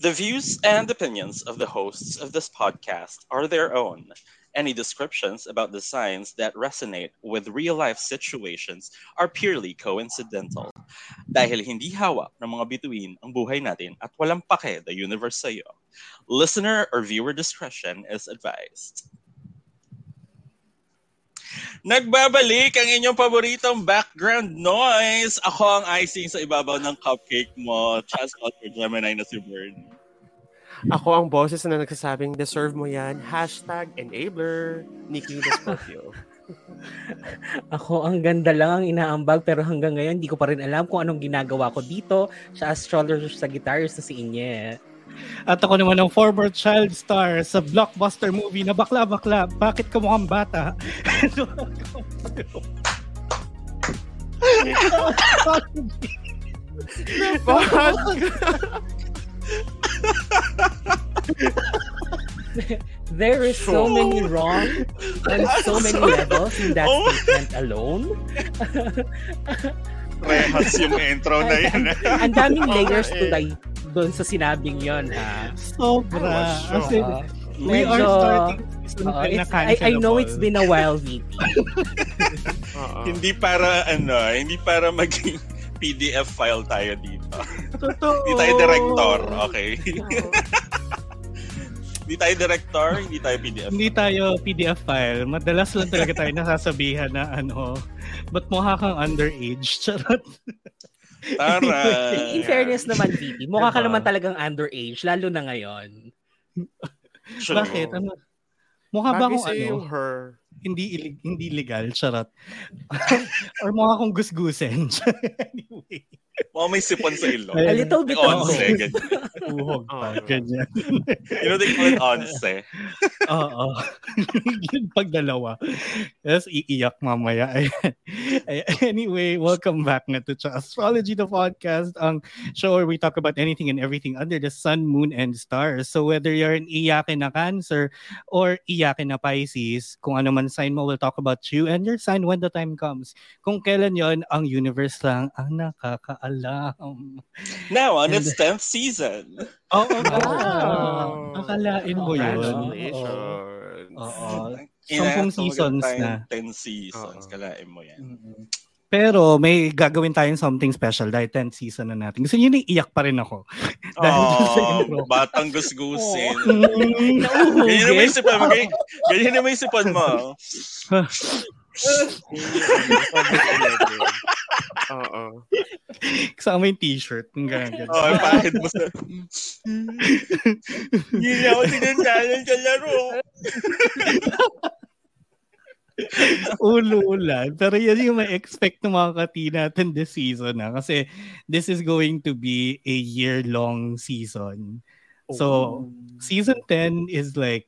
The views and opinions of the hosts of this podcast are their own. Any descriptions about designs that resonate with real life situations are purely coincidental. Dahil hindi hawak ng mga bituin ang buhay natin at walang pake the universe sa'yo. Listener or viewer discretion is advised. Nagbabalik ang inyong paboritong background noise. Ako ang icing sa ibabaw ng cupcake mo. Chance out for Gemini na si Vern. Ako ang boses na nagsasabing, deserve mo yan. Hashtag enabler, Nikki Descorpio. Ako, ang ganda lang ang inaambag pero hanggang ngayon hindi ko pa rin alam kung anong ginagawa ko dito sa astrologer sa guitarist na si Inye. At ako naman ang former child star sa blockbuster movie na Bakla-Bakla, Bakit Ka Mukhang Bata? Bakit? There is Sure. so many wrong on so many levels in that Oh. statement alone. Rehas yung intro na yun. Ang daming Oo, layers eh. to like doon sa sinabing yon ha. Sobra. Oh, As in, Oo. we ah. are Medyo, starting season oo, 10 na it's- I, I know it's cancelable. been a while, VP. Oo. hindi para ano, hindi para maging PDF file tayo dito. Totoo. Hindi tayo director, okay? hindi tayo director, hindi tayo PDF. Hindi tayo PDF file. Madalas lang talaga tayo nasasabihan na ano, ba't mukha kang underage? Charot. Tara. In fairness naman, VP, mukha ka Diba? naman talagang underage, lalo na ngayon. Sure. Bakit? Ano? Mukha Bagay ba akong sa'yo ano? yung her. Hindi, ilig- hindi legal? Charot. Or mukha akong gusgusin? anyway. Mukhang may sipon sa ilong. Ayun. A little bit May of onse, both. ganyan. Uhog pa. Oo. Ganyan. You know, they call it onse. Oo. Yung pag dalawa. Tapos iiyak mamaya. Ayan. Ay- anyway, welcome back na to Cha Astrology the Podcast, ang show where we talk about anything and everything under the sun, moon, and stars. So whether you're an iyakin na Cancer or iyakin na Pisces, kung ano man sign mo, we'll talk about you and your sign when the time comes. Kung kailan yon ang universe lang ang nakakaalam. Now, on its And- 10th season. Oo. Wow. Akalain mo yun. Congratulations. Oo. Ina, Oh, Sampung seasons tumagal na. Oh. Mm. tayong 10 seasons. Oo. Kalain mo yan. Pero may gagawin tayong something special dahil 10th season na natin. Gusto niyo na iiyak pa rin ako. Dahil dun sa Oh. Oh, intro. batang gusgusin. Ganyan na may Nauhugin. isipan mo. ganyan- Ganyan na may isipan mo. Oo. Kasama yung t-shirt. Ang gagawin. Oh, ang pahid mo sa... Hindi na ako sinundalan sa laro. Ulo-ulan. Pero yan yung may expect ng mga kati natin this season. Ha? Kasi this is going to be a year-long season. So, season 10 is like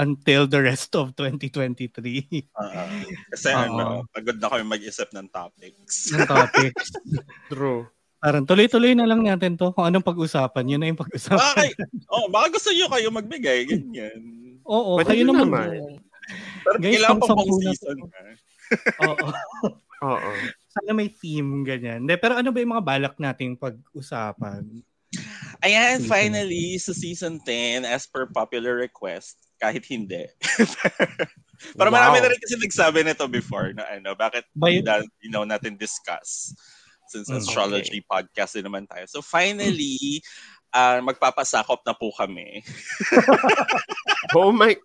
until the rest of 2023. Oo. Kasi Oo. ano, pagod na kami mag-isip ng topics. ng topics. True. Parang tuloy-tuloy na lang natin to. Kung anong pag-usapan, yun na yung pag-usapan. Bakit? Oh, baka gusto nyo kayo magbigay, ganyan. Oo, Pwede kayo din naman. naman. Pero Guys, kailangan pang pang pang sampu na season. ha? Oo. Oo. Sana may theme, ganyan. De, pero ano ba yung mga balak nating pag-usapan? Ayan, Season. finally, sa season 10, as per popular request, kahit hindi. Pero marami na rin kasi nagsabi nito before na ano, bakit By- hindi na, you know, natin discuss since Mm, astrology podcast din naman tayo. So finally, ah, magpapasakop na po kami. Oh my...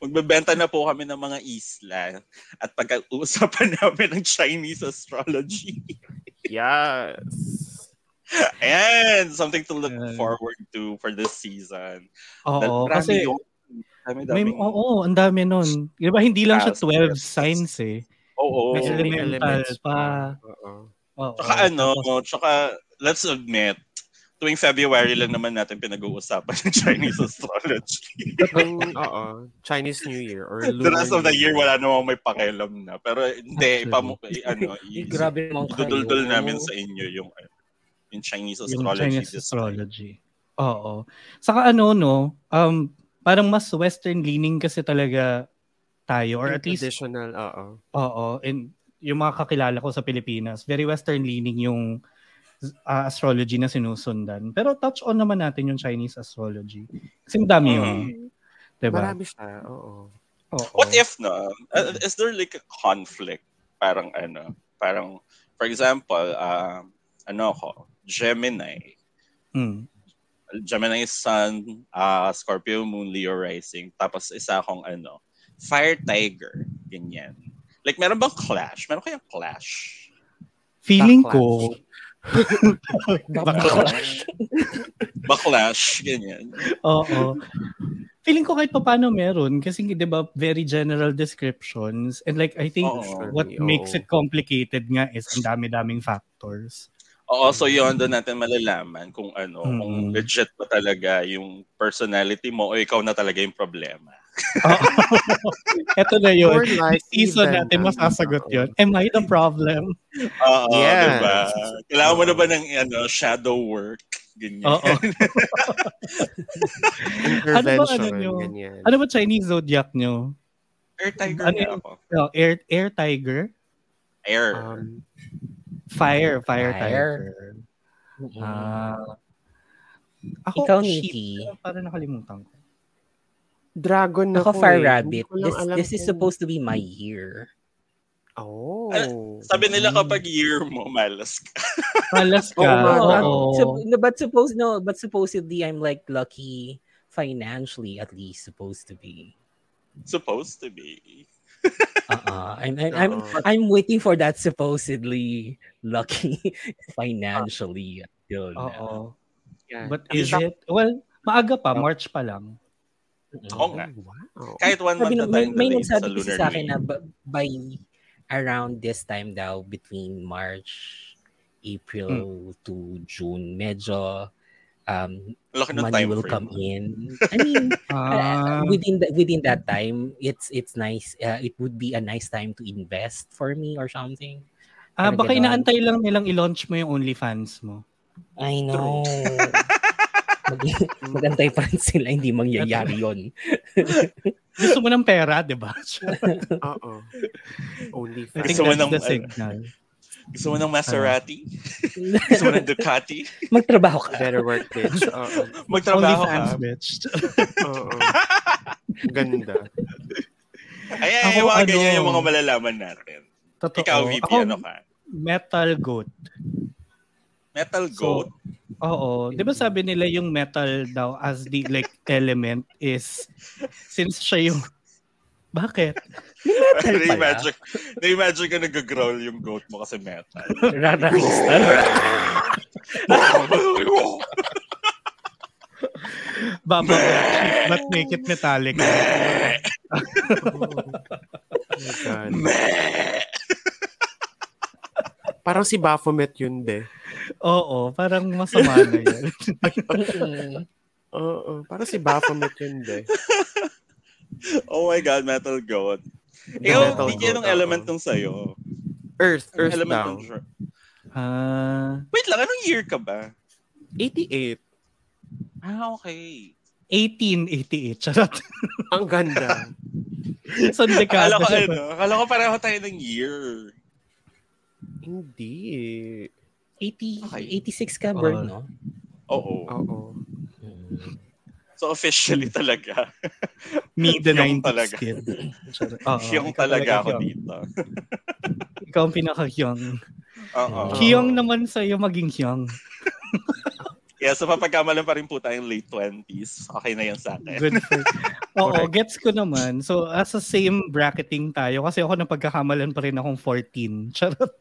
Magbebenta na po kami ng mga isla at pag-uusapan namin ng Chinese astrology. Yes. Ayan, something to look Ayan. forward to for this season. Oo, Marami kasi yun. Dami, may, daming- oo, ang dami nun. Di ba, hindi lang siya Yes, 12 yes. signs eh. Oo. May May elemental elements pa. Oo. Oo. Tsaka ano, tsaka let's admit, tuwing February lang naman natin pinag-uusapan ng Chinese astrology. Ang, oo. uh-uh. Chinese New Year or the Lunar rest of the New year, wala namang may pakialam na. Pero hindi, Actually. ipamu- i- ano, Ay, i- Grabe naman kayo. iduduldul namin sa inyo yung ano, yung Chinese Yung astrology. this Chinese time. astrology. Oo. Saka ano, no, um, parang mas western leaning kasi talaga tayo or Year. at least Traditional, uh-uh. oo. Oo, and yung mga kakilala ko sa Pilipinas, very western leaning yung ah, astrology na sinusundan. Pero touch on naman natin yung Chinese astrology. Kasi madami yun. Diba? Marami siya, Uh-uh. oo. Oo. What if no? Oh. Uh, Is there like a conflict? Parang ano? Parang for example, um ano ko? Gemini. Mm. Gemini Sun, uh, Scorpio Moon, Leo Rising. Tapos isa akong ano? Fire Tiger. Ganyan. Like meron bang clash? Meron kayang clash? Feeling Backlash. ko, Backlash. Backlash. Ganyan. Oo. Feeling ko kahit paano meron kasi 'di ba very general descriptions and like I think Oo. what Surely, makes oo. it complicated nga is ang dami-daming factors. Oo, so yun doon natin malalaman kung ano, kung Mm. legit ba talaga yung personality mo o ikaw na talaga yung problema. Oo. Ito na yun. More like This season even natin ang- masasagot oo. yun. Am I the problem? Oo, Yes. diba? Kailangan mo na ba ng ano, shadow work? Ganyan. Oo. Intervention, Ano ba, ano nyo? ganyan. Ano ba Chinese zodiac nyo? Air tiger Ano na yun? ako. Oh, air, air tiger? Air. Um, Fire, Fire. fire, tiger. Mm. um, Ah. ako, Ikaw, shit, Nikki. Parang nakalimutan ko. dragon na Ako, ko Fire eh. Hindi Rabbit. ko lang This, alam this is kung- supposed to be my year. Oh. Sabi nila hmm. kapag year mo, malas ka. Malas ka. Oo nga. Oo. So, no, but suppose no, but supposedly I'm like lucky financially at least supposed to be. Supposed to be. Uh-uh. I'm I'm, I'm Oo. I'm waiting for that supposedly lucky financially until Oo. now. Yan. But Ang is shock- it? Well, maaga pa. March pa lang. Oo nga. Oh, Wow. oh, Kahit one Sabi month na, na may, tayong may delayed sa nagsabi kasi lunar sa akin new na year. b- by around this time daw between March, April Hmm. to June, medyo um, Laki ng Ano money time will frame. come in. I mean, Uh, Ah, within the, within that time, it's it's nice. Uh, it would be a nice time to invest for me or something. ah, parang baka ganon. inaantay lang nilang i-launch mo yung OnlyFans mo. I know. Mag, magantay pa rin sila, hindi mangyayari yon. Gusto mo ng pera, di ba? Oo. Only I fans. think Gusto mo that's ng- ano, the signal. Gusto mo ng Maserati? Gusto mo ng Ducati? Magtrabaho ka. Better work, bitch. Oo. Magtrabaho OnlyFans, ka. bitch. Oo. Ganda. Ay, ay, ay, Ako, mga ano- ganyan yung mga malalaman natin. Totoo. Ikaw, VP, Ako, ano ka? metal goat. Metal So, goat? Oo. Di ba sabi nila yung metal daw as the like element is since siya yung bakit? Metal pala. Na-imagine, na-imagine ko nag-growl yung goat mo kasi metal. Rara. Baba ba't naked metallic? Oo. Oh my God. Parang si Baphomet yun, de. Oo, parang masama na yun. Oo. Parang si Baphomet yun, de. oh my God, metal goat. The Ikaw, metal bigyan ng goat, element oo. nung sa'yo. Earth. Anong Earth element daw. nung dr- Ah, Wait lang, anong year ka ba? 88. Ah, okay. 1888. Charot. Ang ganda. Sa Akala dekada ko, siya. ano, akala ko pareho tayo ng year. Hindi. 80, Okay. Ah. 86 ka, Bert, Oo. no? Oo. Oo. So officially talaga. Mid the Yung 90s talaga. kid. Charot. Oo, Yung ikaw talaga ako yung- dito. Ikaw ang pinaka-hyung. Oo. Oo. Hyung naman sa'yo maging hyung. Kaya sa papagkamalan pa rin po tayong late 20s. Okay na yan sa akin. Good for Oo, gets ko naman. So, as a same bracketing tayo, kasi ako napagkakamalan pa rin akong 14. Charot.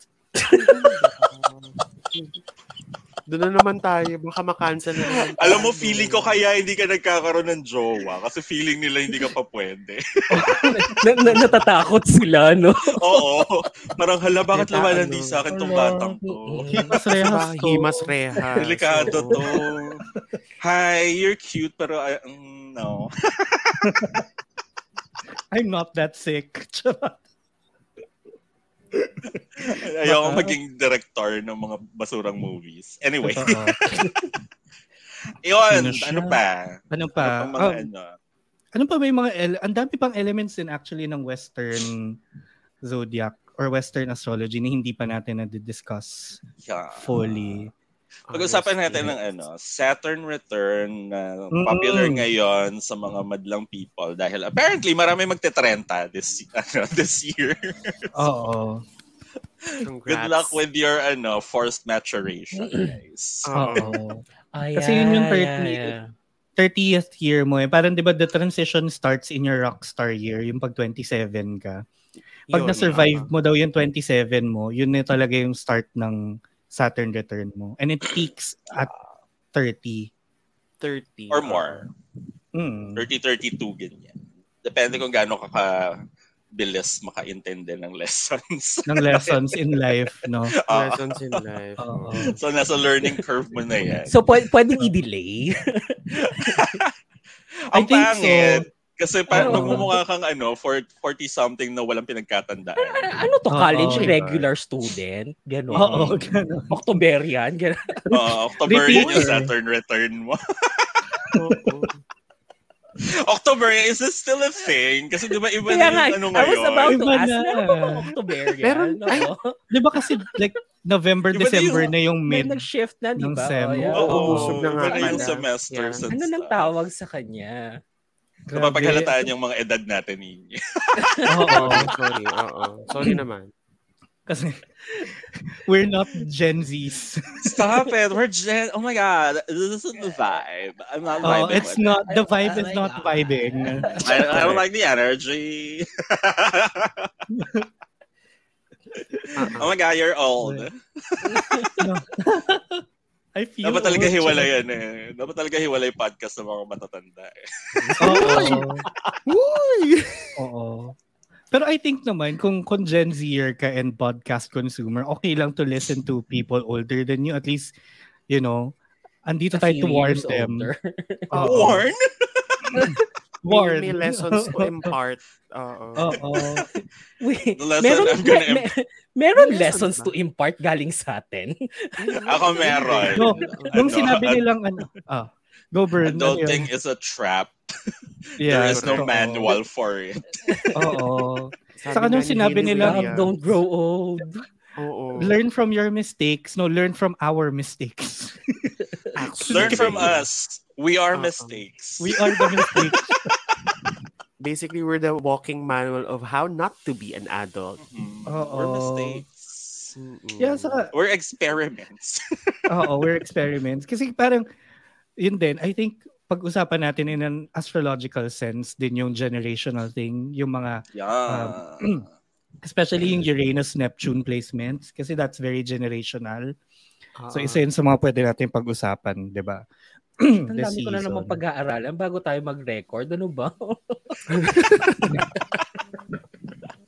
Doon na naman tayo. Baka makancel na naman. Alam mo, feeling ko kaya hindi ka nagkakaroon ng jowa kasi feeling nila hindi ka pa pwede. na, na, natatakot sila, no? Oo. Parang hala, bakit Kaya naman ano, hindi sa akin tong wala. batang to? Himas Diba? rehas to. Himas Reha. Delikado So, to. Hi, you're cute, pero I, mm, no. I'm not that sick. Charot. Ayoko Baka. maging director ng mga basurang movies. Anyway, Totoo. yun, Sino siya? ano pa? Ano Ano pa? pang mga Oh, ano? ano pa may mga ele- ang dami pang elements din actually ng western zodiac or western astrology na hindi pa natin na discuss Yeah. fully. Pag-usapan natin ng ano, Saturn return na popular Mm. ngayon sa mga madlang people dahil apparently marami magte-30 this ano, this year. Ah. Oo. Congrats. Good luck with your ano, forced maturation, Mm. guys. Oo. Oo. Ay, Kasi yun yung ay, 30. ay, ay. 30th year mo eh. Parang 'di ba the transition starts in your rockstar year, yung pag 27 ka. Pag Yun, ah. na-survive tama. mo daw yung 27 mo, yun na talaga yung start ng Saturn return mo. And it peaks at 30. 30. Or more. Mm. 30-32, ganyan. Depende kung gaano ka ka bilis makaintindi ng lessons. ng lessons in life, no? Ah, Uh, Lessons in life. Oo. so, nasa learning curve mo na yan. So, pw- pwedeng i-delay? Ang I think pangit. Kasi parang Oo. magmumukha kang ano, 40-something na walang pinagkatandaan. ano to, Oo, college my regular student? Ganon. Oo, ganun. Octoberian? Ganon. Oo, October yun yung Repeater. Saturn return mo. Oo. October, is this still a thing? Kasi di ba iba Kaya nga, na yung ano I was ngayon? about to Iba ask, na. meron ba bang Octoberian? Meron- Oo. ay, Di ba kasi like November, Iba na December yung- na yung May mid. nag-shift na, di ng ba? SEM. Oh, yeah. Oo, Oo, busog na nga iba na yung pala. semesters Yeah. and Ano nang stuff. tawag sa kanya? Grabe. Napapaghalatahan yung mga edad natin ninyo. Oo. Sorry, sorry. Oo. Sorry naman. Kasi we're not Gen Zs. Stop it. We're gen... Oh my God. This isn't the vibe. I'm not Oh, vibing it's with not, the vibe Oh is my not God. vibing. it. I, I don't like the energy. oh Uh-uh. my God, you're old. I feel Dapat talaga old. hiwalay yan eh. Dapat talaga hiwalay podcast sa mga matatanda eh. Oo. Uy! Oo. Pero I think naman, kung, kung Gen Zer ka and podcast consumer, okay lang to listen to people older than you. At least, you know, andito tayo to warn them. Oo. Warn? Warn. May, may lessons to impart. Oo. Oo. Wait, The lesson meron, I'm gonna me- me- meron May lesson lessons ba? to impart galing sa atin. Ako meron. No, Nung Ano, sinabi ad- nilang ano, ah, go Bern. Ano yun? Adulting is a trap. There is no totoo. manual for it. Oo. Sabi Saka nung nga ni sinabi Hailey Love, nila- Williams. don't grow old. Oo. Learn from your mistakes. No, learn from our mistakes. Actually, Learn from us. We are Uh-uh. mistakes. Uh-huh. We are the mistakes. Basically, we're the walking manual of how not to be an adult. Mm, Oo. We're mistakes. Mm-mm. yeah, saka, We're experiments. oo, we're experiments. Kasi parang, yun din, I think, pag-usapan natin in an astrological sense din yung generational thing, yung mga, yeah. Um, especially yung Uranus-Neptune placements, kasi that's very generational. Ah, So, isa yun sa mga pwede natin pag-usapan, di ba? Ang dami ko na naman pag pag-aaralan bago tayo mag-record. Ano ba?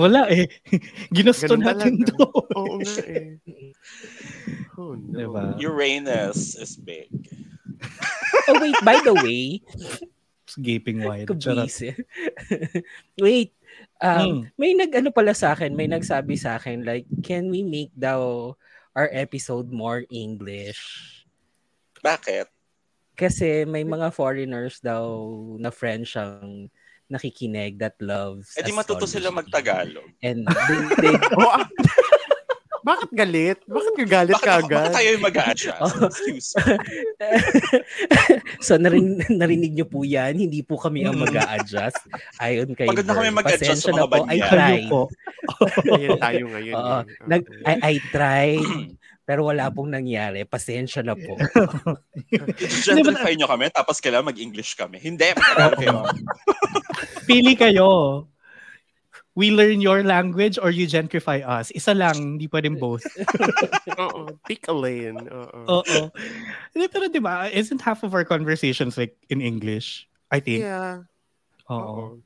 Wala eh. Ginusto Ganun natin talaga. to. Oo nga eh. Oh, no. Diba? Uranus is big. Oh wait, by the way, Gaping wide. Charot. kabisi. wait, um, Mm. may nag ano pala sa akin, may nagsabi sa akin like, can we make daw our episode more English? Bakit? Kasi may mga foreigners daw na French ang nakikinig that loves Eh di matuto sila astrology. magtagalog. And they, they, Oh, ah. Bakit galit? Bakit ka galit Bakit, ka ako- bakit agad? tayo yung mag-a-adjust? Excuse me. so narin, narinig niyo po yan, hindi po kami ang mag adjust Ayon kay Mm. Pagod na kami Vern. mag-adjust Pasensya sa na mga po, I banyan. Kayo tried. po. Ayan tayo ngayon. Oo. eh. Oo. Nag, I, I tried, pero wala pong nangyari. Pasensya na po. Gentrify nyo kami, tapos kailangan mag-English kami. Hindi, magtagalog kayo. Pili kayo. We learn your language or you gentrify us. Isa lang, hindi pwedeng both. Oo. Pick a lane. Oo. Oo. Hindi, Pero di ba, isn't half of our conversations like in English? I think. Yeah. Oo.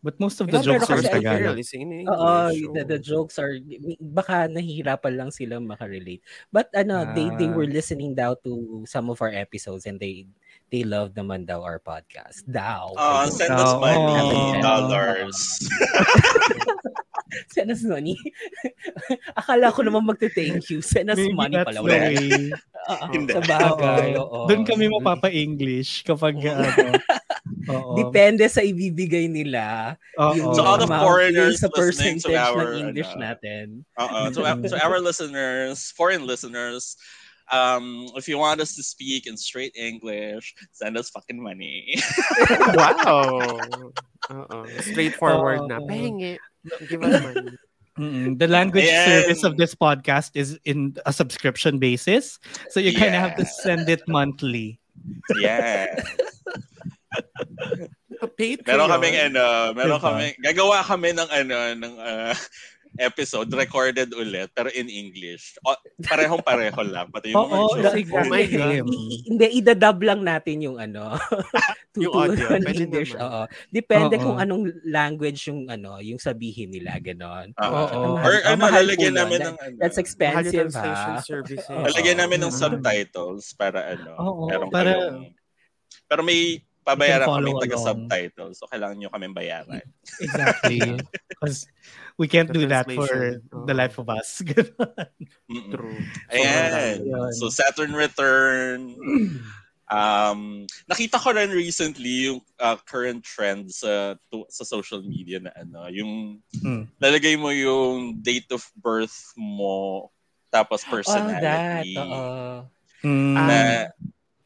But most of Yeah, the pero jokes are kasi I in feel Tagalog. is in English. Oo, the, the jokes are baka nahihirapan lang sila makarelate. But ano, they they Ah. were listening daw to some of our episodes and they they love naman daw our podcast. Daw. Ah, Ano? send us Oo. money, dollars. Send us money. Akala ko naman magte-thank you. Send us Maybe money that's pala. the Wala. way. Oo, Hindi. Sa bagay. Oo. Doon kami mapapa-English kapag ano, Oo. Depende sa ibibigay nila. Oo. yung So, all the amount foreigners sa listening percentage to our, ng English ano, natin. Uh-uh. So, uh, so our listeners, foreign listeners, um, if you want us to speak in straight English, send us fucking money. Wow. Oo. Straightforward na. Oo. Bang it. Give us money. Mm-mm. The language Ayan. service of this podcast is in a subscription basis. So you kind of have to send it monthly. yeah. Sa Patreon. Meron kaming ano, meron Diba? kaming, gagawa kami ng ano, ng ah, episode recorded ulit pero in English. O, parehong pareho lang pati yung mga jokes. Oo, that's Oh exactly. my God. same. I- Hindi, idadub lang natin yung ano. Yung tutulungan audio, ng pwede English. naman. Oo. Depende Oo. kung anong language yung ano, yung sabihin nila, ganon. Ah, Oo. ah. Or Ah, ano, mahal lalagyan po namin ng yun. ano. That's Mahal yung expensive, translation ha? Oh, services. Oo. Lalagyan namin ng Ah. subtitles para ano. Oo, meron para- kayong- pero may pabayaran You can follow kami taga along. subtitles. So kailangan nyo kami bayaran. Exactly. Because we can't The do that for translation. the Oh. life of us. Ganun. Mm-mm. True. Ayan. Yun. So Saturn Return. Um, nakita ko rin recently yung uh, current trend sa to- sa social media na ano, yung Mm. lalagay mo yung date of birth mo tapos Oh, that. personality. Oo. Mm. na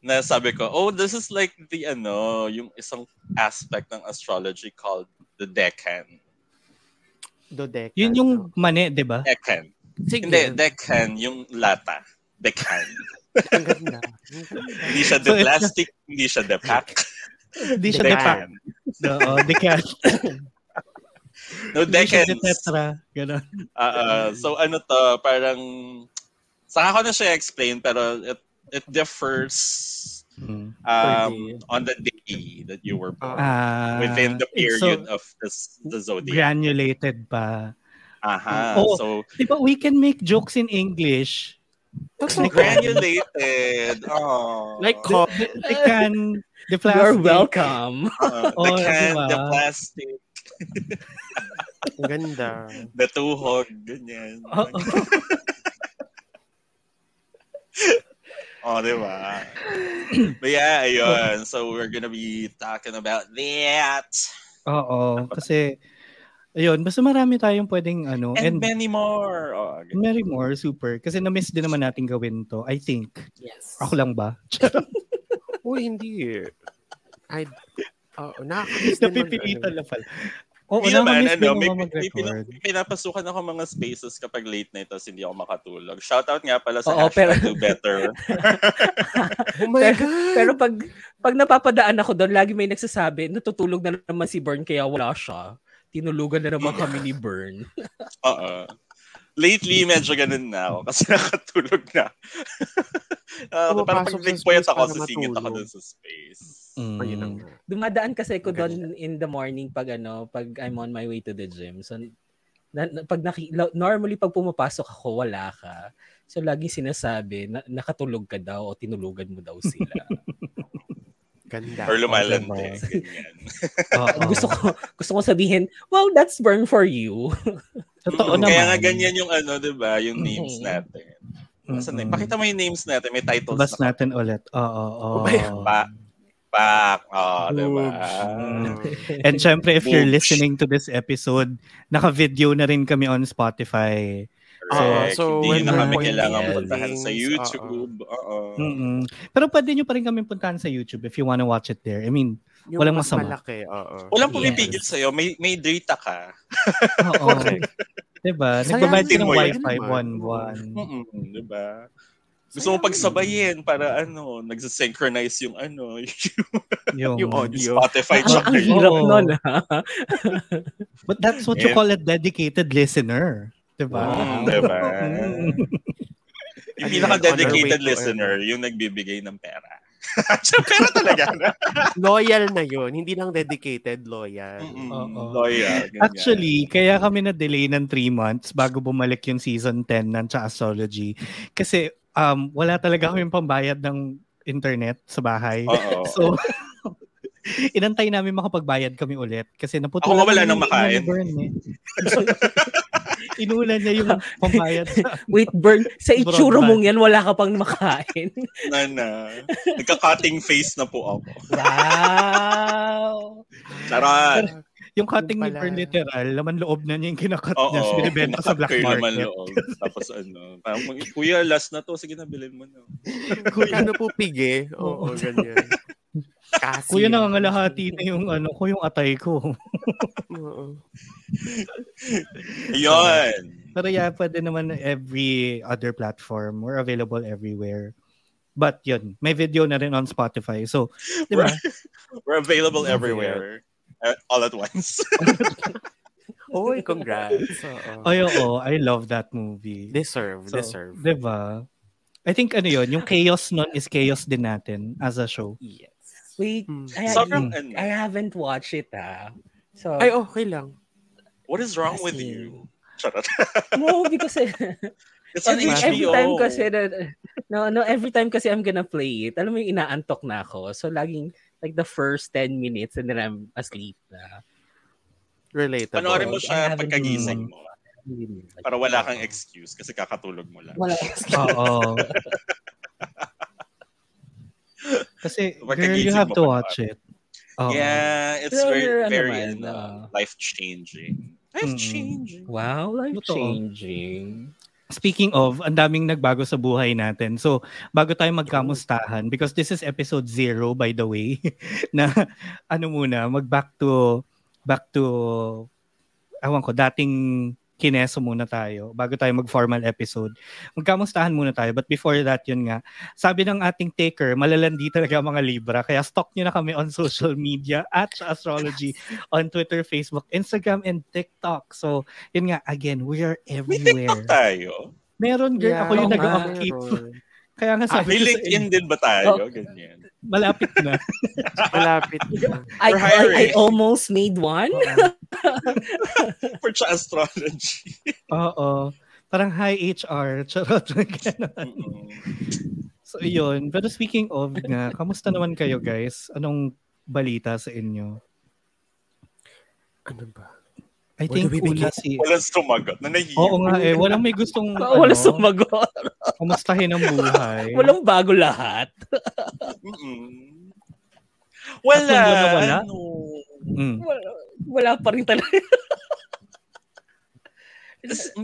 na sabi ko, oh, this is like the ano, yung isang aspect ng astrology called the Deccan. Dodeca. Yun yung mani, di ba? Deccan. Sige. Hindi, Deccan, yung lata. Deccan. Ang ganda. Ang ganda. Hindi siya So, the it's- plastic, hindi siya the pack. Hindi siya depa. Deccan. Oo, deca. No, Hindi siya Deccan. detetra. Ganun. Ah, ah, so ano to, parang saka ko na siya explain pero it, it differs Mm. um, on the day that you were born. Ah, within the it's period so of this the zodiac. granulated pa. Aha. Oh. So Di ba we can make jokes in English? Totoo. granulated. Oh. Like call. They can, the plastic. You're welcome. Uh, the Oh, can, diba? the plastic, Ang ganda. the tuhog, ganyan. Oo. Oh, di ba? But yeah, ayun. So we're gonna be talking about that. Oo, kasi ayun, basta marami tayong pwedeng ano And, and, many more. Oh, and ganyan. many more super kasi na-miss din naman natin gawin to. I think. Yes. Ako lang ba? Uy, hindi. I... Oo, nakakamiss din Napipilitan mag- lang pala. Oo, Hindi na ano naman, miss din ano, may, naman may, mag-record. pina- pinapasukan ako mga spaces kapag late na ito, hindi ako makatulog. Shoutout nga pala sa Oo, hashtag pero- Do Better. Oh my God! Pero pag pag napapadaan ako doon, lagi may nagsasabi, natutulog na naman si Burn kaya wala siya. Tinulugan na naman kami ni Burn. Oo. Lately, medyo ganun na ako kasi nakatulog na. Ah, parang Pumapasok pag sa nagpuyat space ako, para sisingit ako matulog. dun sa space. Mm. Ayun ang nga. Dumadaan kasi ako doon in the morning pag ano, pag I'm on my way to the gym. So na, na- pag naki, lo- normally pag pumapasok ako, wala ka. So lagi sinasabi, na, nakatulog ka daw o tinulugan mo daw sila. Ganda. Or lumalante. Diba? Ganyan. Oo. gusto ko gusto ko sabihin, wow, that's Burn for you. Totoo naman. Mm-hmm. Kaya nga ganyan yung ano, di ba? Yung names Mm. natin. Asan na Mm-mm. yun? Pakita mo yung names natin. May titles Mm-hmm. Bas na. mm. natin ulit. Oo, oo. Oh my Back. Back. Oh, di ba? Mm. And syempre, if you're Oops. listening to this episode, naka-video na rin kami on Spotify. Correct. so Hindi when na we're kami pointing kailangan at puntahan sa things, YouTube. Oo. Mm-mm. Pero pwede nyo pa rin kami puntahan sa YouTube if you wanna watch it there. I mean, Yung Walang mas masama. malaki, oo. Walang Yes. pumipigil sa'yo. May, may data ka. oo. diba? Sayang Nagbabayad ka din ng mo yan. wifi Naman. buwan-buwan. Mm-mm, Mm-hmm, di ba? Gusto mo pagsabayin para ano, nagsasynchronize yung ano, yung Yung, Yung audio. Spotify Ang, chart. ang hirap Oo. nun, ah. ha? But that's what you Yeah. call a dedicated listener. Diba? Mm, diba? yung pinaka-dedicated On our way eh. to listener, yung nagbibigay ng pera. Siya pera talaga. Loyal na yun. Hindi lang dedicated, loyal. Mm-mm. Oo. Loyal. ganyan. Actually, kaya kami na-delay ng three months bago bumalik yung season 10 ng Cha Astrology. Kasi um, wala talaga kami pambayad ng internet sa bahay. Oo. So, inantay namin makapagbayad kami ulit kasi Ako naputol nga wala nang makain. burn eh. Inulan eh. niya yung pambayad sa Wait, Bern, sa itsura Broadband. mong yan, wala ka pang makain. na na. Nagka-cutting face na po ako. Wow! Charot! yung cutting Yung ni pala. Fern literal, laman loob na niya yung kinakat Oo. niya. So, binibenta sa kinakat black ko yung laman market. loob. Tapos ano, parang, kuya, last na to. Sige na, bilhin mo na. Ano po pige? Oo, ganyan. Kasi. Kuya, nangangalahati na yung ano ko, yung atay ko. Oo. Yun! Pero yeah, pwede naman every other platform. We're available everywhere. But yun, may video na rin on Spotify. So, di Diba? ba? We're available everywhere. Uh, All at once. Oy, congrats. Oo. Ay, oo, I love that movie. Deserve, So, deserve. Di ba? I think ano yun, yung chaos nun is chaos din natin as a show. Yes. Wait, Hmm. I, Sobrang, Mm. ano, I haven't watched it, ah. So, Ay, okay lang. what is oh, wrong with kasi- you? Charot. No, because It's oh. on every, HBO. Every every time kasi na, no, no, every time kasi I'm gonna play it, alam mo yung inaantok na ako. So, laging, like, the first 10 minutes and then I'm asleep na. Relatable. Panoorin mo I siya eh, haven't- mm. pagkagising mo. Para wala kang excuse kasi kakatulog mo lang. Wala. Oo. Kasi, girl, you Pagkagising have mo to pa watch it. Oo. Yeah, it's Pero very, ano very naman, ano, ah. life-changing. Life-changing. Wow, Totoo. life-changing. Speaking of, ang daming nagbago sa buhay natin. So, bago tayo magkamustahan, because this is episode zero, by the way, na ano muna, mag-back to, back to, awan ko, dating kineso muna tayo bago tayo mag-formal episode. Magkamustahan muna tayo. But before that, yun nga, sabi ng ating taker, malalandi talaga ang mga Libra. Kaya stalk nyo na kami on social media at sa astrology on Twitter, Facebook, Instagram, and TikTok. So, yun nga, again, we are May everywhere. TikTok tayo. Meron, girl. ako yung oo nag-upkeep. Kaya nga Ah, may sabi ko sa LinkedIn inyo, din ba Oh. tayo? Ganyan. malapit na. Malapit na. I, For I, I hiring. almost made one. For sa astrology. Oo. Parang high HR. Charot. Ganun. Mm-mm. so, yun. Pero speaking of nga, kamusta naman kayo, guys? Anong balita sa inyo? Ano ba? Where I think do we una begin? si... Walang sumagot. Nanahihip. Oo nga eh. Walang may gustong Wala ano, sumagot. kumustahin ang buhay. Walang bago lahat. Mm-mm. Tatlong Wala. buwan na wala? Ano? Mm. Wala, wala pa rin talaga. It's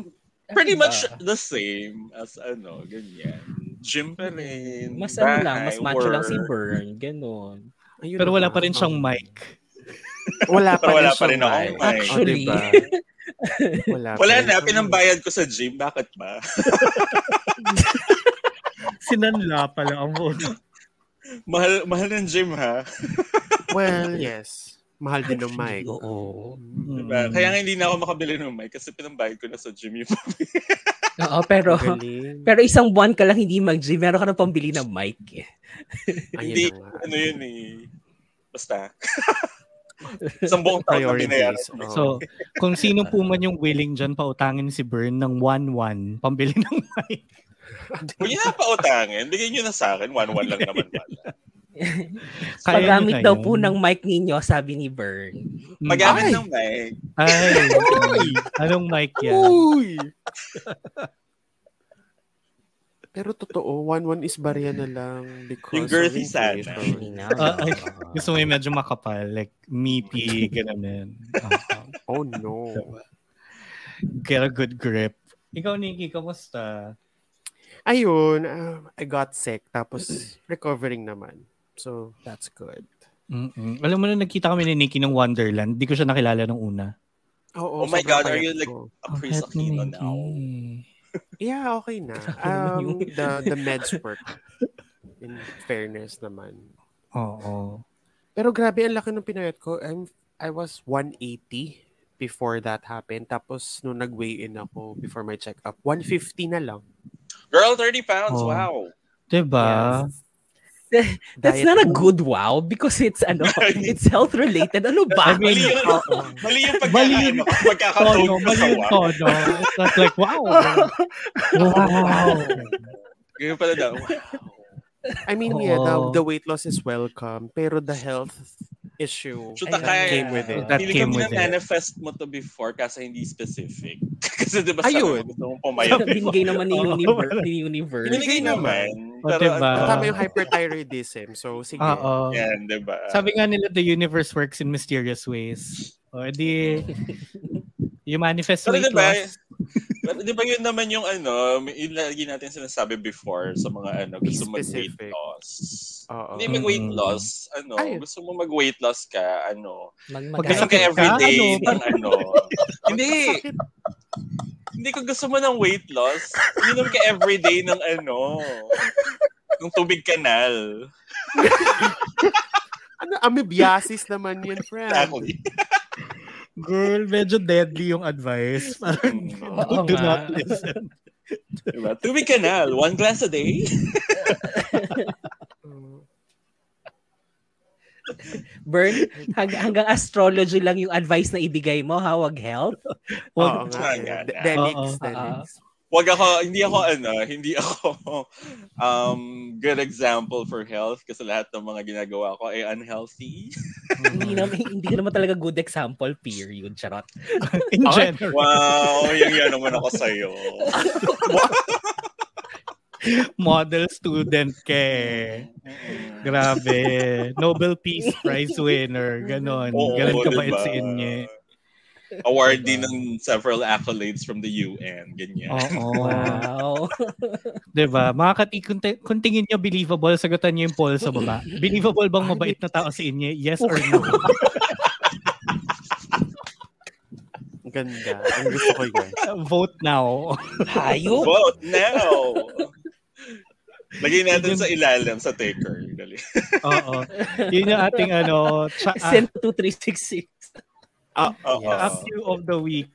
pretty much the same as ano, ganyan. Gym pa rin. Mas ano bahay, lang, mas macho lang si work. Bern. Ganon. Ayun Pero na wala ba? pa rin siyang Oo. mic. Wala pa Pero wala rin pa rin Oh siyang akong mic. mic. O, Actually. diba? Wala, Wala pa na, rin siyang mic. pinambayad ko sa gym. Bakit ba? Sinanla pala ang mood. mahal, mahal ng gym, ha? Well, yes. Mahal din ng mic. Oo. Mm. Diba? Kaya nga hindi na ako makabili ng mic kasi pinambayad ko na sa gym yung Oo, pero... Galing. Pero isang buwan ka lang hindi mag-gym, meron ka na pambili ng mic. eh. Ayun hindi- na nga. ano yun eh. Basta. Isang buong taon na binayaran. Priorities. oo. So, kung sino po man yung willing dyan, pautangin si Bern ng 1-1, pambili ng mic. Kung yun na pautangin, bigyan nyo na sa akin. One-one lang naman pala. Kaya Paggamit niyo daw kaya. po ng mic ninyo, sabi ni Bern. Magamit Ay! ng mic. Ay, anong mic yan? Uy! Pero totoo, 1-1 is barya na lang because Yung girthy of sana. inflation. Ah, ah. Gusto mo yung medyo makapal, like meaty, ganun yan. Ah, ah. Oh no. Get a good grip. Ikaw, Nikki, kamusta? Ayun, um, I got sick tapos recovering naman. So, that's good. Mm-mm. Alam mo na nakita kami ni Nikki ng Wonderland. Di ko siya nakilala nung una. Oh Oo, my sobrang God, are payat you like- ko. A Prince Bakit Oh, ni Aquino Nikki? now. Yeah, okay na. naman Um, the, the meds work. In fairness naman. Oo. Pero grabe, ang laki ng pinayat ko. I'm, I was 180 before that happened. Tapos, nung nag-weigh in ako before my checkup, 150 na lang. Girl, 30 pounds. Oh. Wow. Diba? That's Diet not a coke. good wow because it's ano, it's health related. Ano ba? I mean, Mali yun. Mali yung Mali yun. pagkakaano. Tono, Pagkakatulog ko mali sa yung wak. tono. It's not like, wow. wow. Ganyan pala daw. I mean, yeah, Oo. the, the weight loss is welcome. Pero the health issue Shoot, ang Ayun. kaya. came with it. That Feeling came ko with it. manifest mo to before kasi hindi specific. Kasi di ba sabi Ayun. mo gusto mong pumayat. di Sabi ba? Binigay naman ni, Oo, universe, wala. ni universe. Binigay Binigay naman. O, Pero, diba? ano, Tama yung hyperthyroidism. So, sige. Oo. yan, diba? di ba? Sabi nga nila, the universe works in mysterious ways. O, di, you manifest Pero diba, weight di ba, loss. Pero di ba yun naman yung ano, yun lagi natin sinasabi before sa mga ano, Be gusto mag-weight specific. loss. Oo. Hindi mag-weight Mm. loss, ano, Ay. gusto mo mag-weight loss ka, ano, gusto Magkasakit ka ka, everyday, ano? ng ano. hindi, Sakit. hindi ko gusto mo ng weight loss, minum ka everyday ng ano, ng tubig kanal. Ano, amoebiasis naman yun, friend. Exactly. Girl, medyo deadly yung advice. Parang, Oo do nga. not listen. Mm, Diba? Tubig kanal, one glass a day. Mm. Burn, hang, hanggang astrology lang yung advice na ibigay mo, ha? Wag health. Oo Wag, nga. Ah, eh. nga, De- nga. Delix, Oo. delix. Wag ako, hindi ako ano, hindi ako um, good example for health kasi lahat ng mga ginagawa ko ay unhealthy. hindi, naman, hindi ka naman talaga good example, period. Charot. in general. Wow, yung yan naman ako sa'yo. model student ka eh. Grabe. Nobel Peace Prize winner. Ganon. Oo, Ganon ka diba? ba sa inyo? Award din ng several accolades from the UN, ganyan. Oo. Wow. Diba? Mga kati, kung, te- kung tingin nyo believable, sagutan nyo yung poll sa baba. Believable bang mabait na tao sa inyo? Yes or no? Ang Ganda. Ang gusto ko yun. Vote now. Oh. Hayop. Vote now! Lagay natin sa ilalim sa taker. Dali. Oo. Yun yung ating ano, cha- Send 2366. Ah, Oo. up you of the week.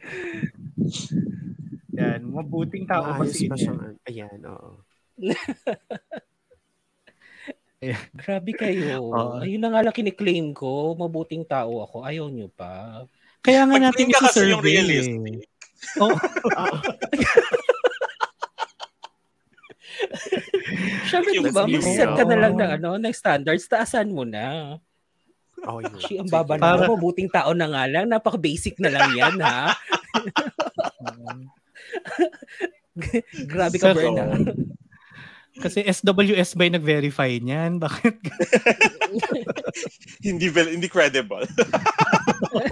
Yan. Mabuting tao ba Maayos sa pa inyo? siyang, ayan, oo. Grabe kayo. Oo. Ayun na nga lang kiniklaim ko. Mabuting tao ako. Ayaw nyo pa. Kaya nga natin Pagtingin ka kasi yung isa-survey. eh. realistic. Oo. Siyempre, di Let's ba? be Mag-set ka na real. lang ng, ano, ng standards. Taasan mo na. Oh, yun. She, ang baba Sige. na. Para- Mabuting tao na nga lang. Napaka-basic na lang yan, ha? Grabe ka, Sa- Bern, ha? Kasi SWS ba yung nag-verify niyan? Bakit? Hindi, vel- hindi credible.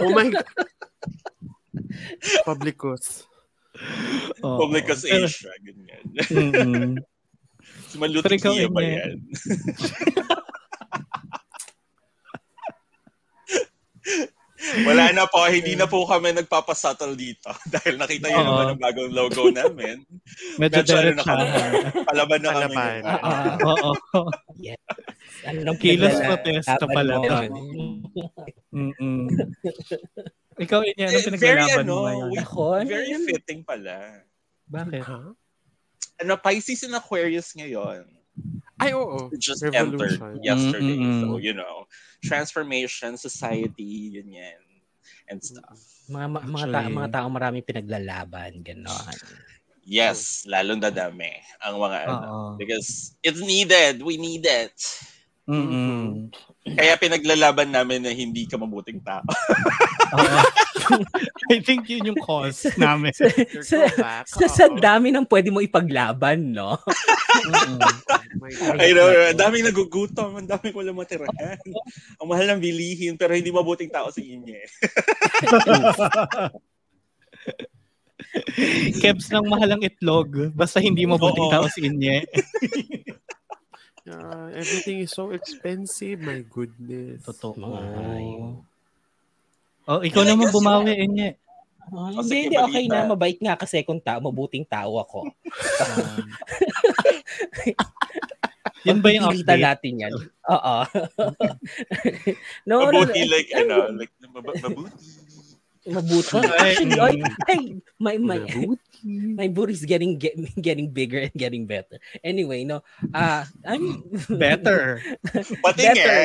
Oh my God. Publicus. Oo. Public as Asia, ganyan. Mm-mm. Si Malutik Pero ikaw, niya ba Inge? yan? Wala na po, hindi na po kami nagpapasattle dito dahil nakita niyo Oo. naman ang bagong logo namin. Medyo Medyo ano na diretsya. kami. Palaban na kami. Palaban. ngayon. Ah, Oo. Ano nang Kilos pinagdala- protesta laban pala mo? to. Mm-mm. Ikaw, Inya, ano Eh, pinaglalaban very mo ano, ngayon? we- Ako? ah. ano Very yan? fitting pala. Bakit? Ha? Ano, Pisces and Aquarius ngayon. Ay, oo. It Just Revolution. entered yesterday. Mm-mm. So, you know, transformation, society, yun yan. And stuff. Mga, mga, mga, ta- Actually. mga tao maraming pinaglalaban. Ganon. Yes, lalong dadami ang mga ano. Oo. Because it's needed. We need it. Mm-mm. Kaya pinaglalaban namin na hindi ka mabuting tao. Oo. I think yun yung cause namin. Sa- Throwback, Sa, sa oo. dami ng pwede mo ipaglaban, no? Mm-mm. Oh my God. I know, ang daming nagugutom, ang daming walang matirahan. ang mahal ng bilihin, pero hindi mabuting tao sa inyo. eh. Kebs ng mahalang itlog, basta hindi mabuting Oo. tao si Inye. Yeah, everything is so expensive. My goodness. Totoo. Ay. Oh, ikaw Talaga naman sila. bumawi, Inye. Ah, O, sige, hindi, hindi, okay balita. na. Mabait nga kasi kung tao, mabuting tao ako. Yan ba yung Pagpipilitan update? natin yan. Oo. no, no, no. Mabuti like, ano, like, mab- mabuti. Mabuti. Ay. mm. Actually, oy, ay, my, my, Mabuti. my booty is getting, get, getting bigger and getting better. Anyway, no. Ah, I'm Better. Patingin! better.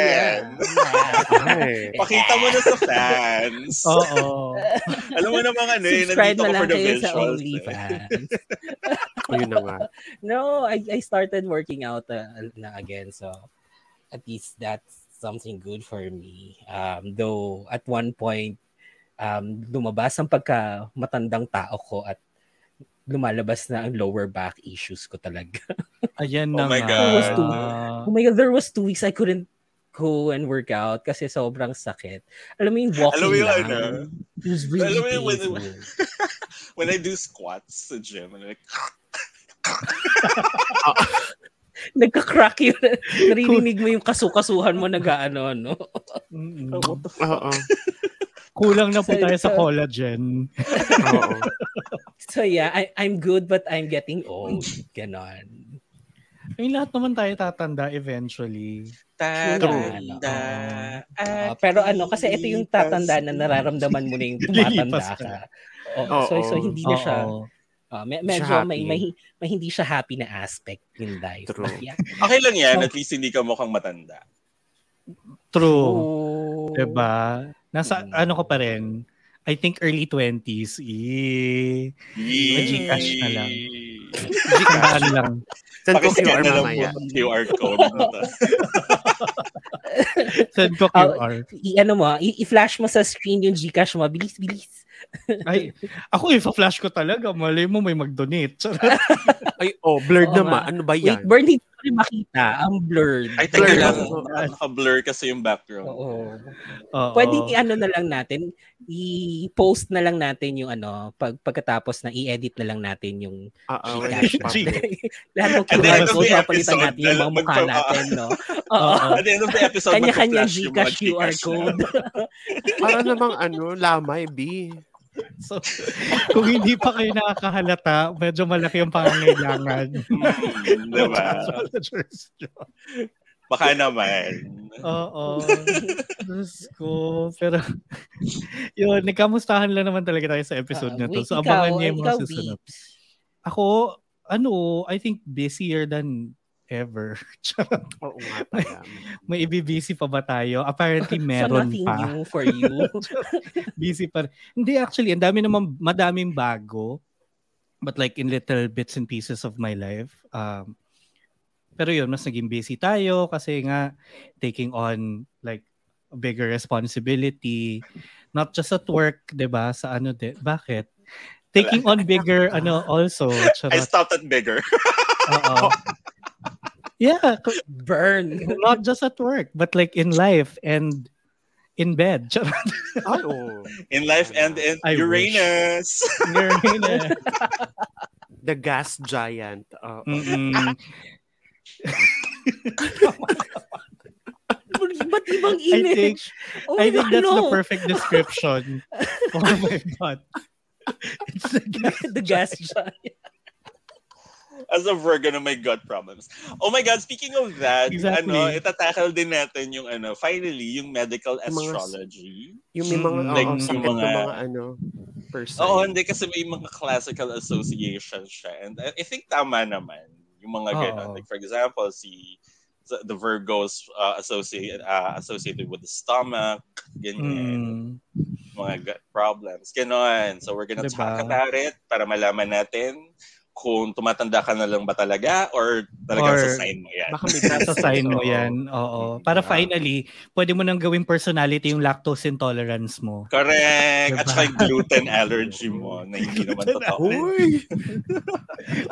Yeah. Ay. Pakita mo na sa fans. Oh. Oo. Alam mo namang ano, eh, Subscribe nandito na ko lang for the kayo sa visuals. eh. OnlyFans. Ayun na nga. no, I, I started working out uh, na again. So, at least that's something good for me. Um, though, at one point, um, lumabas ang pagka matandang tao ko at lumalabas na ang lower back issues ko talaga. Ayan Oh na my nga. God. Almost two oh my God, there was two weeks I couldn't go and work out kasi sobrang sakit. Alam mo yung walking Alam mo yung lang. ano? It was really Alam mo yung when- painful. When I do squats sa gym, I'm like, Nagka-crack yun. Naririnig mo yung kasukasuhan mo nag-ano, ano. Mm-mm. oh, what the fuck? Oo. Kulang na po Sorry, tayo sa sir. collagen. Oo. So yeah, I, I'm good but I'm getting old. Ganon. Ay, lahat naman tayo tatanda eventually. Tatanda. Ah, pero ano, kasi ito yung tatanda na nararamdaman mo na yung tumatanda Lilipas ka. ka. Oo, so, Oo. so hindi na siya, Oo. ah, Hindi me- siya medyo may, happy. may, may hindi siya happy na aspect in life. True. But yeah. Okay lang yan, at least hindi ka mukhang matanda. True. Oh. Diba? Nasa, Mm. ano ko pa rin, I think early 20s. Eh. Gcash na lang. Simbahan lang. Send ko Pakiscan QR na lang mamaya. po ang QR code. Send ko Ah, QR. I, ano mo, i- i-flash mo sa screen yung Gcash mo. Bilis, bilis. Ay, ako ipa-flash ko talaga. Malay mo may mag-donate. Charot. Ay, oh, blurred na Oo ma. nga. Ano ba Wait, yan? Bern, hindi ko rin makita. Ang blurred. Ay, teka Blur. lang. Naka-blur kasi yung background. Oo. Oo. Pwede i-ano na lang natin, i-post na lang natin yung ano, pag, pagkatapos na i-edit na lang natin yung Oo, wait, Gcash. pa. Gcash. Lahat ng At the QR end of code, the papalitan episode, natin yung mga mukha magpapa- natin, no? Oo. At the end of the episode, Kanya-kanya magpa-flash yung mga Gcash QR Gcash na. code. Para namang ano, lamay, B. So, kung hindi pa kayo nakakahalata, medyo malaki ang pangangailangan. Hmm, diba? Astrologers. Baka naman. Oh, Oo. Diyos ko. Pero, yun, nagkamustahan lang naman talaga tayo sa episode Ah, na to. wait, ikaw, So, abangan niyo yung mga ikaw, susunod. Beeps. Ako, ano, I think busier than ever. Charot. Oo nga pala. May ibibisi pa ba tayo? Apparently, So meron nothing pa. new for you. busy pa. rin. Hindi actually, ang dami naman, madaming bago. But like in little bits and pieces of my life. Um, pero yun, mas naging busy tayo kasi nga taking on like a bigger responsibility. Not just at work, 'di ba Sa ano din. Bakit? Taking on bigger, ano, also. I Charot. stopped at bigger. Oo. Yeah, Burn. not just at work, but like in life and in bed. Charot. Ay, oo. In life and in I wish. Uranus. Ngayon eh. The gas giant. Oo. Mm-mm. Ba't ibang I init? think oh, I think that's the ano? perfect description. oh my god. It's the gas. the gas giant. As a Virgo na may God problems. Oh my God, speaking of that, Exactly. ano, itatackle din natin yung ano, finally, yung medical Yung mga- astrology. Yung may mga, Mm, oo, like yung sakit ng mga- mga ano, person. Oo, hindi kasi may mga classical association siya. And I, I think tama naman yung mga Oo. ganun. Like for example, si sa- the Virgos uh, associated uh, associated with the stomach, ganyan, Mm. mga gut problems, ganon. So we're gonna Diba? talk about it para malaman natin kung tumatanda ka na lang ba talaga or talagang Or- sa sign mo yan. Baka may Nasa sign mo yan. Oo. Para Yeah. finally, pwede mo nang gawing personality yung lactose intolerance mo. Correct! At Diba? saka yung gluten allergy mo na hindi naman Gluten totoo. Uy!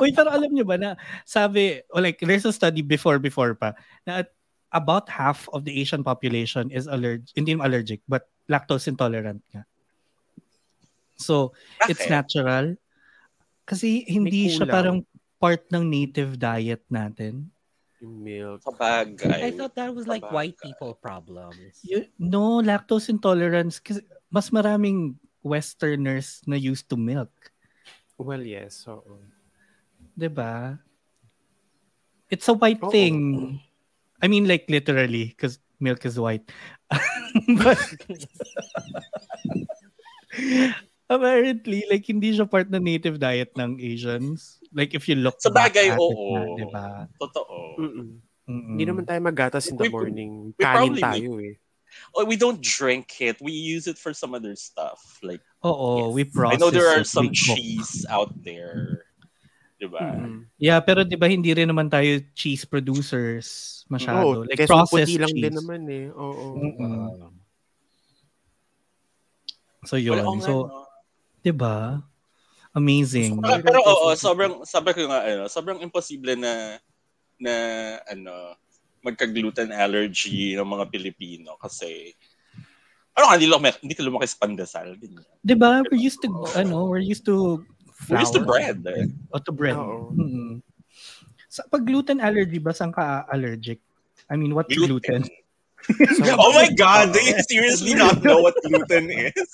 Uy, pero alam nyo ba na sabi, o like there's a study before before pa, na at- about half of the Asian population is allergic, hindi naman allergic, but lactose intolerant nga. So, it's Bakit? natural. Kasi hindi siya kulang. parang part ng native diet natin. Yung milk. Sabagay. I thought that was like Sabagay. white people problems. Y- No, lactose intolerance. Kasi mas maraming Westerners na used to milk. Well, yes. Oo. 'di ba? It's a white Oo. thing. I mean like literally because milk is white. But apparently like hindi siya part ng native diet ng Asians. Like if you look Sa bagay, back at it oo. na, 'di ba? Totoo. Mm. Mm-mm. Mm-mm. Hindi naman tayo magatas in the We- morning. we Kanin probably- tayo eh. oh, we don't drink it. We use it for some other stuff. Like Oo, Yes. we I process. know there it, are we some cook. cheese out there. Diba? Mm-mm. Yeah, pero 'di ba hindi rin naman tayo cheese producers Oo, masyado. like Quezon processed Puti cheese. lang Mm. din naman eh. Oo. Mm-mm. Um, So yun. Wala- ano. oo nga, so no? 'di ba? Amazing. Pero, pero oo, sobrang sabi ko nga ano, sobrang imposible na na ano magka-gluten allergy ng mga Pilipino kasi ano ka, hindi, lumaki, hindi ka lumaki sa pandesal. ganyan. Diba? We're used to, ano, we're used to We're used to flour. bread. eh. O to bread. Oo. Mm-mm. Sa pag gluten allergy ba, saan ka allergic? I mean, what's gluten? Gluten. Oh my God! Do uh, you seriously not know what gluten is?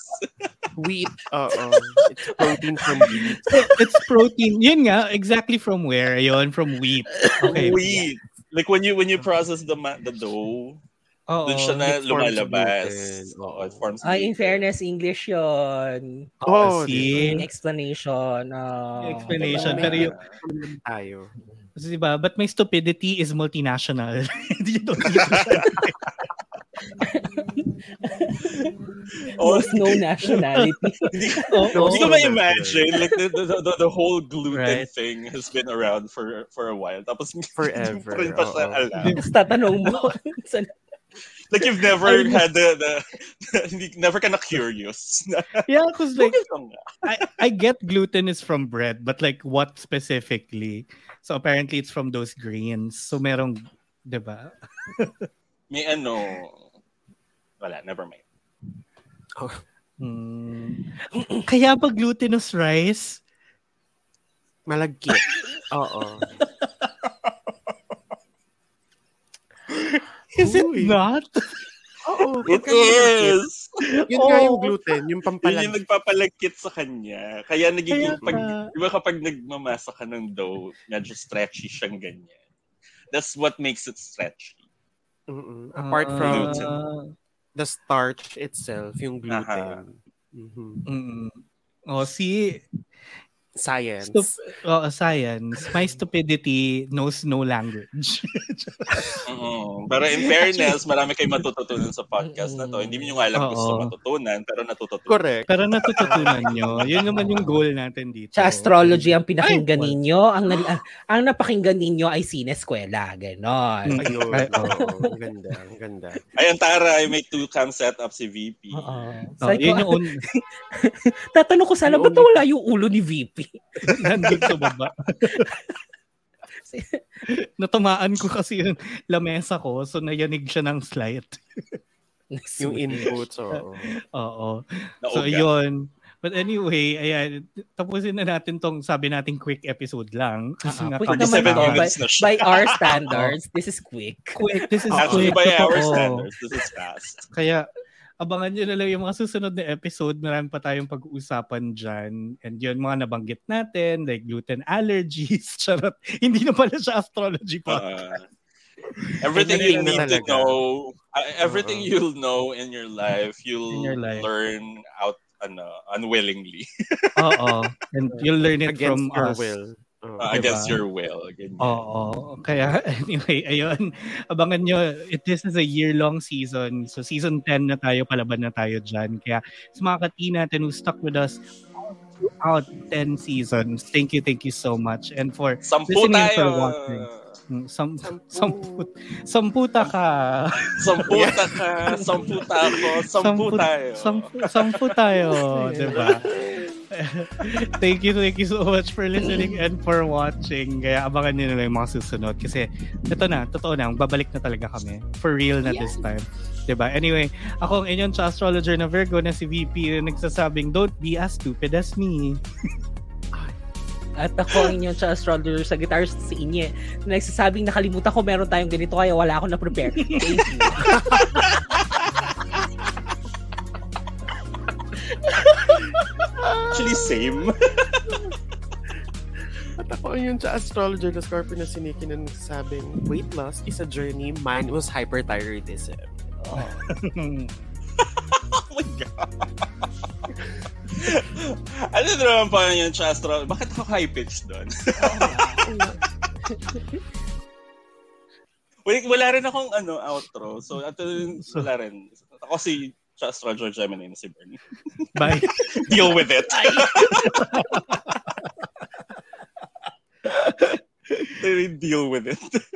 Wheat. Oo. It's protein from wheat. It's protein. Yun nga, exactly from where? Yun, from wheat. Okay. Wheat. Like when you when you process the ma- the dough, Oo. dun siya na it forms lumalabas. gluten. Oo, it Oo. forms Ay, in gluten. fairness, English yon. Oh, see? Yung explanation. ah. Yung explanation, pero Diba? yun- Tayo. Kasi diba, but my stupidity is multinational. you don't Oh, There's no nationality. Oo. Hindi ko ma-imagine, like, the, the, the, the whole gluten Right. thing has been around for for a while. Tapos, hindi Forever, pa rin pa siya oo. alam. Tapos tatanong mo. saan- Like, you've never had the, the, hindi- never ka na curious. yeah, because like, Like, I, I get gluten is from bread, but like what specifically? So apparently it's from those grains. So merong, diba? may ano, wala, never mind. Mm. Kaya ba glutinous rice? Malagkit. Oo. Is Uy. it not? Oo. It pagka malagkit, is! Yun nga yung Oo. gluten, yung Yun yung pampalag. nagpapalagkit sa kanya. Kaya nagiging, Kaya pag, nga. di ba kapag nagmamasa ka ng dough, medyo stretchy siyang ganyan. That's what makes it stretchy. Mm-mm. Apart Ah. from the starch itself, yung gluten. Aha. Mhm. Mm. Oh, see, Science. stup- oh, science. My stupidity knows no language. Oo. Pero in fairness, marami kayong matututunan sa podcast na to. Hindi nyo nga alam gusto Oo. matutunan, pero natututunan. Correct. Pero natututunan nyo. Yun naman yung goal natin dito. Sa astrology, ang pinakinggan Ay, ninyo, ang, nal- ang, ang napakinggan ninyo ay sineskwela. Ganon. Mm. Ayun. Ay, Oo. Ang ganda. Ang ganda. Ayan, Tara, ay may two cam setup si VP. Oo. Oh, Sabi yun ko, yung un... tatanong ko sana, Yung ba't only- wala yung ulo ni VP? nandun sa baba. Natamaan ko kasi yung lamesa ko, so nayanig siya ng slight. Yung inputs, oo. Oo. Nauga. So, yun. But anyway, ayan, tapusin na natin tong sabi nating quick episode lang. Kasi Ah, nga, quick kami- 27 naman to, but- minutes na siya. By our standards, this is quick. quick. This is Actually, quick. by our totoo. standards, this is fast. Kaya, abangan nyo na lang yung mga susunod na episode. Marami pa tayong pag-uusapan dyan. And yun, mga nabanggit natin, like gluten allergies. Charot. Hindi na pala siya astrology pa. Uh, everything Ganyan you na need to talaga. know, uh, everything Oo. you'll know in your life, you'll Uh-huh. In your life. learn out ano, unwillingly Oo. And you'll learn it Against from your us. will. uh, Oo. Oh, Diba? Oh. against your will. Ganyan. Oo. Kaya anyway, ayun. Abangan nyo. It, this is a year-long season. So season 10 na tayo. Palaban na tayo dyan. Kaya sa mga kati natin who stuck with us throughout 10 seasons, thank you, thank you so much. And for Sampu Listening for tayo. watching. mm, sam, Sampu. sampu, samputa ka. Sampu ta ka. Sampu ta ako. Sampu tayo. Sampu, sampu tayo. diba? thank you, thank you so much for listening and for watching. Kaya abangan nyo na lang yung mga susunod. Kasi ito na, totoo na, babalik na talaga kami. For real na this time. 'Di ba? Anyway, ako ang inyong astrologer na Virgo na si VP na nagsasabing, don't be as stupid as me. At ako ang inyong sa astrologer sa guitarist si Inye na nagsasabing nakalimutan ko meron tayong ganito kaya wala akong na-prepare. Thank you. Actually, same. At ako yun sa astrologer na Scorpio na siniki na nagsasabing, weight loss is a journey, mine was hyperthyroidism. Oh my God. ano na naman pa yung Chastro? Bakit ako high-pitched doon? Wait, wala rin akong ano, outro. So, ato rin, wala rin. Ako si Chastro George Gemini na si Bernie. Bye. Deal with it. Deal with it.